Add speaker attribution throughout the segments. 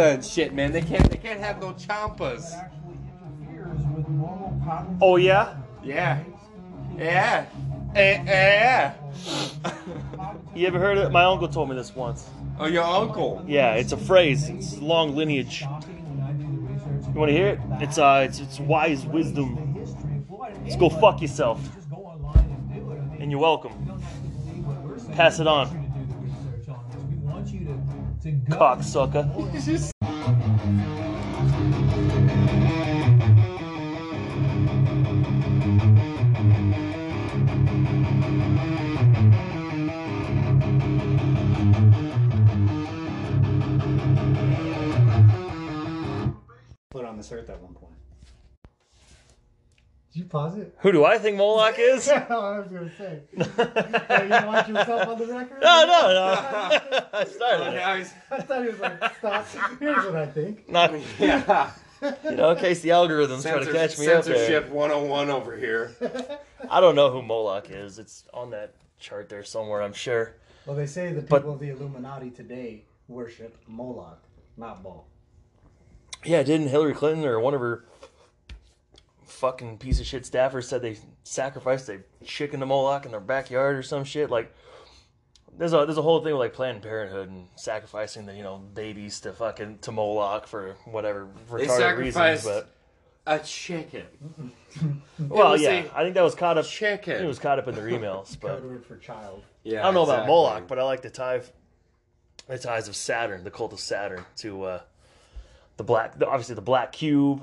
Speaker 1: and shit, man. They can't they can't have no chompas.
Speaker 2: actually interferes with normal patterns.
Speaker 3: Oh yeah,
Speaker 1: Yeah. Yeah. Eh, eh.
Speaker 3: you ever heard of it? My uncle told me this once.
Speaker 1: oh, your uncle.
Speaker 3: Yeah, it's a phrase. It's long lineage. You want to hear it? It's uh, it's, it's wise wisdom. Just go fuck yourself, and you're welcome. Pass it on, cocksucker.
Speaker 4: Put on this earth at one point.
Speaker 5: Did you pause it?
Speaker 3: Who do I think Moloch is?
Speaker 5: Yeah, I was gonna say. you don't want yourself on the record?
Speaker 3: No, no, no. I started. it.
Speaker 1: Now he's-
Speaker 5: I thought he was like, stop. Here's what I think.
Speaker 3: Not,
Speaker 1: Yeah.
Speaker 3: you know, in case the algorithm's trying to
Speaker 1: Censor-
Speaker 3: catch me up
Speaker 1: censorship
Speaker 3: there.
Speaker 1: 101 over here.
Speaker 3: I don't know who Moloch is. It's on that chart there somewhere, I'm sure.
Speaker 5: Well, they say the people
Speaker 3: But-
Speaker 5: of the Illuminati today worship Moloch, not Baal.
Speaker 3: Yeah, didn't Hillary Clinton or one of her fucking piece of shit staffers said they sacrificed a chicken to Moloch in their backyard or some shit? Like, there's a there's a whole thing with like Planned Parenthood and sacrificing the you know babies to fucking to Moloch for whatever
Speaker 1: They
Speaker 3: retarded reasons.
Speaker 1: sacrificed
Speaker 3: But
Speaker 1: a chicken.
Speaker 3: well,
Speaker 1: was
Speaker 3: yeah,
Speaker 1: a
Speaker 3: I think that was caught up. I think
Speaker 1: Chicken.
Speaker 3: it was caught up in their emails, but
Speaker 5: Code word for child.
Speaker 1: yeah,
Speaker 3: I don't know about
Speaker 1: exactly.
Speaker 3: Moloch, but I like the tie the ties of Saturn, the cult of Saturn to uh, the black, the, obviously the black cube,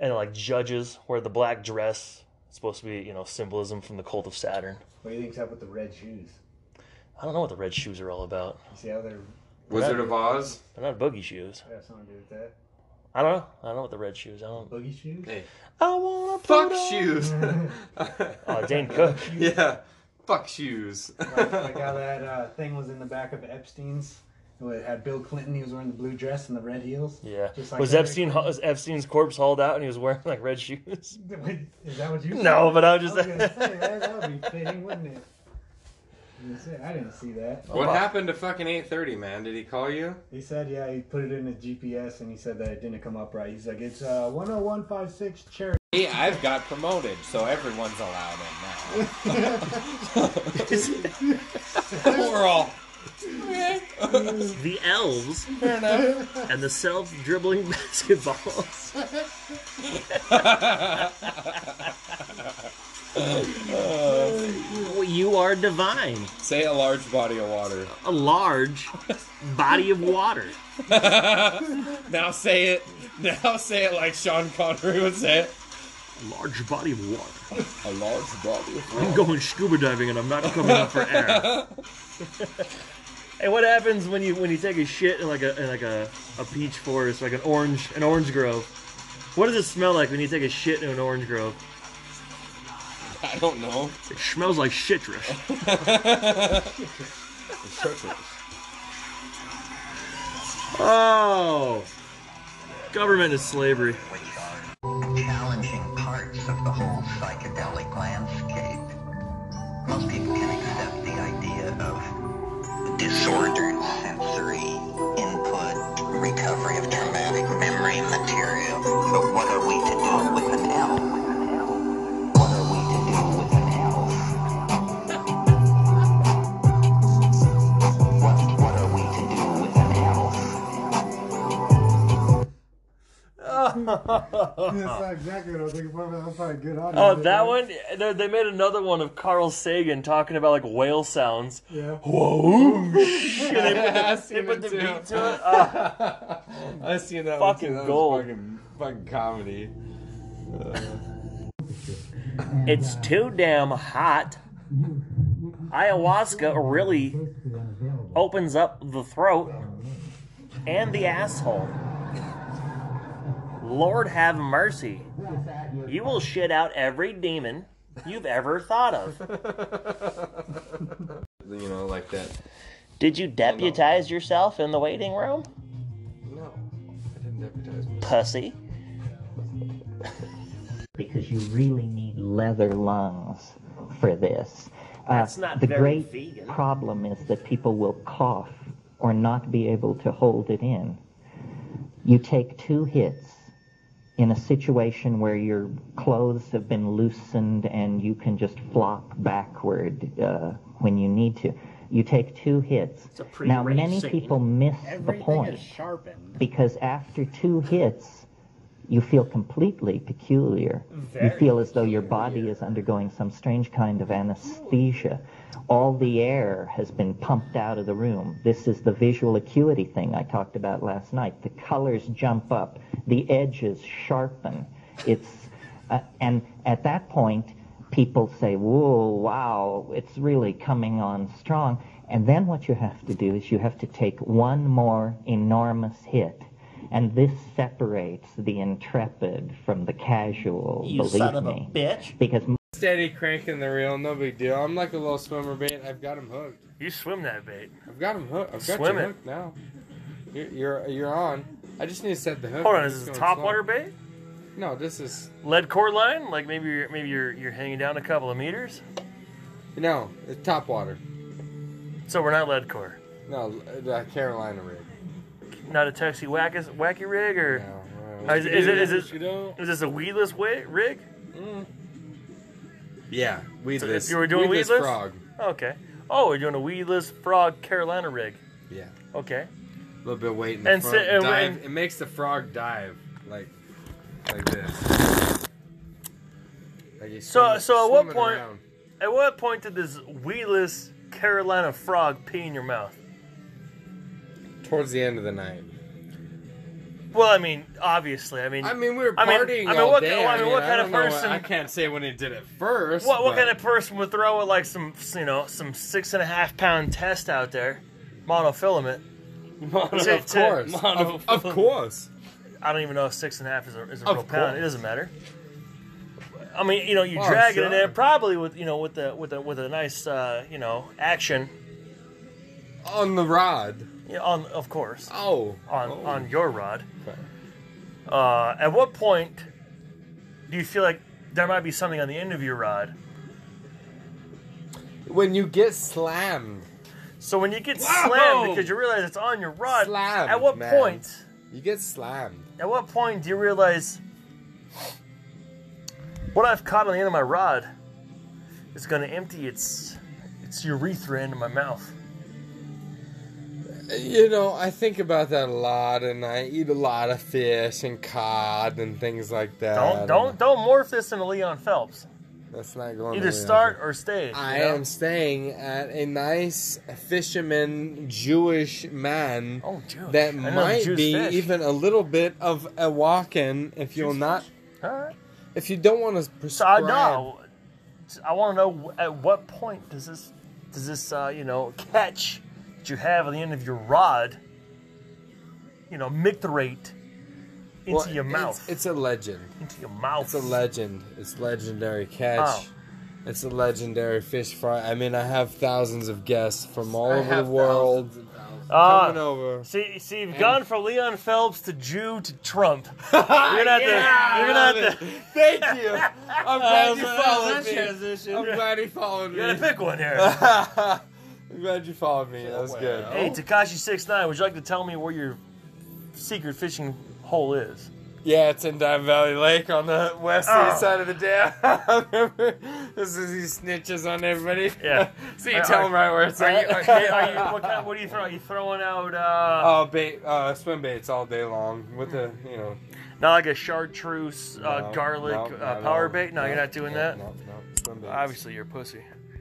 Speaker 3: and like judges wear the black dress. It's supposed to be you know symbolism from the cult of Saturn.
Speaker 5: What do you think's up with the red shoes?
Speaker 3: I don't know what the red shoes are all about.
Speaker 5: You see how they're
Speaker 1: Wizard of Oz.
Speaker 3: They're not boogie shoes.
Speaker 5: they have something to do with that?
Speaker 3: I don't know. I don't know what the red shoes. I don't.
Speaker 5: Boogie shoes?
Speaker 1: Hey,
Speaker 3: I wanna
Speaker 1: fuck
Speaker 3: put on-
Speaker 1: shoes.
Speaker 3: Oh, Dane Cook.
Speaker 1: yeah, fuck shoes.
Speaker 5: like, like how that uh, thing was in the back of Epstein's. It had Bill Clinton. He was wearing the blue dress and the red heels.
Speaker 3: Yeah.
Speaker 5: Just like
Speaker 3: was
Speaker 5: Hillary
Speaker 3: Epstein
Speaker 5: Clinton.
Speaker 3: was Epstein's corpse hauled out and he was wearing like red shoes?
Speaker 5: Wait, Is that what you? said?
Speaker 3: No, but I was
Speaker 5: I was
Speaker 3: just.
Speaker 5: gonna say that, that would be fitting, wouldn't it? I was gonna say, I didn't see that.
Speaker 1: What happened to fucking 8:30, man? Did he call you?
Speaker 5: He said, yeah, he put it in his GPS and he said that it didn't come up right. He's like, it's uh, 10156 Cherry.
Speaker 6: Me, I've got promoted, so everyone's allowed in now. We're all
Speaker 3: the elves
Speaker 6: fair enough.
Speaker 3: and the self dribbling basketballs. you are divine.
Speaker 6: Say a large body of water.
Speaker 3: A large body of water.
Speaker 6: Now say it. Now say it like Sean Connery would say it.
Speaker 3: Large body of water.
Speaker 6: A large body of water.
Speaker 3: I'm going scuba diving and I'm not coming up for air. Hey, what happens when you when you take a shit in like a in like a, a peach forest, like an orange an orange grove? What does it smell like when you take a shit in an orange grove?
Speaker 6: I don't know.
Speaker 3: It smells like citrus. Oh, government is slavery.
Speaker 7: which are challenging parts of the whole psychedelic landscape. Most people can accept the idea of disordered sensory input, recovery of traumatic memory material, but what are we to do with an L? What are we to do with an L? What, what are we to do with an L?
Speaker 5: That's not exactly what I was looking for, but that's probably good audio.
Speaker 3: Oh, that one? They they made another one of Carl Sagan talking about like whale sounds.
Speaker 5: Yeah.
Speaker 3: Whoa!
Speaker 6: I've
Speaker 3: Oh, they
Speaker 6: seen
Speaker 3: put
Speaker 6: it
Speaker 3: the
Speaker 6: too.
Speaker 3: beat to it. Ah,
Speaker 6: I've seen that
Speaker 3: Fucking
Speaker 6: one too. That was
Speaker 3: gold.
Speaker 6: Fucking, fucking comedy.
Speaker 3: it's too damn hot. Ayahuasca really opens up the throat and the asshole. Lord have mercy. You will shit out every demon you've ever thought of.
Speaker 1: You know, like that.
Speaker 3: Did you deputize yourself in the waiting room?
Speaker 1: No, I didn't deputize.
Speaker 3: Pussy.
Speaker 7: because you really need leather lungs for this. Uh,
Speaker 3: That's not
Speaker 7: the
Speaker 3: very
Speaker 7: great
Speaker 3: vegan.
Speaker 7: problem is that people will cough or not be able to hold it in.
Speaker 8: You take two hits in a situation where your clothes have been loosened and you can just flop backward uh, when you need to. You take two hits.
Speaker 9: It's a pretty
Speaker 8: Now,
Speaker 9: rage
Speaker 8: many
Speaker 9: scene.
Speaker 8: people miss the
Speaker 4: Everything
Speaker 8: point
Speaker 4: is sharpened.
Speaker 8: because after two hits, you feel completely peculiar. you
Speaker 9: Very
Speaker 8: feel as though your body is undergoing some strange kind of anesthesia. All the air has been pumped out of the room. This is the visual acuity thing I talked about last night. The colors jump up, the edges sharpen. It's uh, and at that point, people say, "Whoa, wow, it's really coming on strong." And then what you have to do is you have to take one more enormous hit, and this separates the intrepid from the casual.
Speaker 9: You
Speaker 8: believe
Speaker 9: son of a
Speaker 8: me,
Speaker 9: bitch.
Speaker 8: because
Speaker 1: Steady cranking the reel, no big deal. I'm like a little swimmer bait. I've got him hooked.
Speaker 3: You swim that bait.
Speaker 1: I've got him hooked. I've got
Speaker 3: Swim
Speaker 1: you
Speaker 3: it.
Speaker 1: hooked now. You're, you're you're on. I just need to set the hook.
Speaker 3: Hold on,
Speaker 1: I'm
Speaker 3: is
Speaker 1: just
Speaker 3: this a
Speaker 1: going slow.
Speaker 3: topwater bait?
Speaker 1: No, this is
Speaker 3: Lead core line? Like maybe you're maybe you're you're hanging down a couple of meters?
Speaker 1: no. It's topwater.
Speaker 3: So we're not lead core.
Speaker 1: No, the Carolina rig.
Speaker 3: Not a texy wacky wacky rig or
Speaker 1: No,
Speaker 3: Uh, is, is it is it
Speaker 6: You know?
Speaker 3: is this a weedless way, rig?
Speaker 1: yeah, weedless.
Speaker 3: if you were doing weedless?
Speaker 1: frog.
Speaker 3: Okay. Oh, we're doing a weedless frog Carolina rig.
Speaker 1: Yeah,
Speaker 3: Okay.
Speaker 1: a little bit of weight in
Speaker 3: And
Speaker 1: and
Speaker 3: so-
Speaker 1: front.
Speaker 3: and-
Speaker 1: dive.
Speaker 3: and-
Speaker 1: it makes the frog dive like like this. Like he's
Speaker 3: So-
Speaker 1: swimming-
Speaker 3: so at what
Speaker 1: swimming
Speaker 3: point-
Speaker 1: around.
Speaker 3: At what point did this weedless Carolina frog pee in your mouth?
Speaker 1: Towards the end of the night.
Speaker 3: Well, I mean, obviously. I mean,
Speaker 1: I mean, we were
Speaker 3: I mean-
Speaker 1: partying
Speaker 3: I mean,
Speaker 1: all
Speaker 3: what-
Speaker 1: day.
Speaker 3: well, I mean, what kind of
Speaker 1: don't know
Speaker 3: person-
Speaker 1: I can't say when he did it first.
Speaker 3: what what
Speaker 1: but-
Speaker 3: kind of person would throw like some you know some six and a half pound test out there, monofilament? to-
Speaker 1: Of
Speaker 3: to-
Speaker 1: course,
Speaker 3: mono-
Speaker 1: of, of course.
Speaker 3: I don't even know if six and a half is a, is a
Speaker 1: Of
Speaker 3: real pound. It
Speaker 1: course.
Speaker 3: doesn't matter. I mean, you know, you
Speaker 1: Oh,
Speaker 3: drag it
Speaker 1: sure.
Speaker 3: in there probably with you know with the with a with a nice uh, you know action
Speaker 1: On the rod.
Speaker 3: you know, on of course
Speaker 1: Oh,
Speaker 3: on
Speaker 1: oh.
Speaker 3: on your rod.
Speaker 1: Okay.
Speaker 3: Uh, at what point do you feel like there might be something on the end of your rod?
Speaker 1: When you get slammed,
Speaker 3: So when you get
Speaker 1: Whoa!
Speaker 3: slammed because you realize it's on your rod,
Speaker 1: Slammed,
Speaker 3: at what
Speaker 1: man.
Speaker 3: point?
Speaker 1: you get slammed.
Speaker 3: At what point do you realize what I've caught on the end of my rod is going to empty its its urethra into my mouth?
Speaker 1: You know, I think about that a lot, and I eat a lot of fish and cod and things like that.
Speaker 3: Don't don't don't morph this into Leon Phelps.
Speaker 1: That's not going.
Speaker 3: Either
Speaker 1: away.
Speaker 3: start or stay.
Speaker 1: I
Speaker 3: you know?
Speaker 1: am staying at a nice fisherman Jewish man
Speaker 3: Oh, Jewish.
Speaker 1: that
Speaker 3: I know the
Speaker 1: might
Speaker 3: Jews
Speaker 1: be
Speaker 3: fish.
Speaker 1: even a little bit of a walk-in if you'll not
Speaker 3: All right.
Speaker 1: if you don't want to
Speaker 3: So I
Speaker 1: prescribe.
Speaker 3: know. I want to know at what point does this does this uh, you know catch that you have on the end of your rod, you know, micturate into
Speaker 1: Well,
Speaker 3: your
Speaker 1: it's-
Speaker 3: mouth,
Speaker 1: It's, a legend.
Speaker 3: into your mouth.
Speaker 1: It's a legend. It's legendary catch.
Speaker 3: Oh.
Speaker 1: It's a legendary fish fry. I mean, I have thousands of guests from all over the
Speaker 6: have
Speaker 1: world
Speaker 3: Ah.
Speaker 1: coming over.
Speaker 3: See, see, you've gone from Leon Phelps to Jew to Trump. You're gonna have to. You're gonna have to.
Speaker 1: Thank you. I'm glad you followed me.
Speaker 6: transition.
Speaker 1: I'm glad you followed
Speaker 3: You're gonna
Speaker 1: me.
Speaker 3: pick one
Speaker 1: Oh.
Speaker 3: here.
Speaker 1: I'm glad you followed me. That was good.
Speaker 3: hey, Takashi Six Nine, would you like to tell me where your secret fishing hole is?
Speaker 1: Yeah, it's in Dime Valley Lake on the west
Speaker 3: Oh.
Speaker 1: east side of the dam. this is he snitches on everybody.
Speaker 3: Yeah.
Speaker 1: so you
Speaker 3: Are-
Speaker 1: tell
Speaker 3: are-
Speaker 1: him right where it's
Speaker 3: Are you,
Speaker 1: at.
Speaker 3: are, you- are you, what, kind, what are you throwing? Are you throwing out? Uh,
Speaker 1: Oh, bait, uh, swim baits all day long with the, you know,
Speaker 3: not like a chartreuse, uh,
Speaker 1: no,
Speaker 3: garlic,
Speaker 1: no,
Speaker 3: uh,
Speaker 1: not
Speaker 3: power
Speaker 1: all.
Speaker 3: bait. No, you're not doing
Speaker 1: no,
Speaker 3: that.
Speaker 1: No, no, swim baits.
Speaker 3: Obviously, you're a pussy.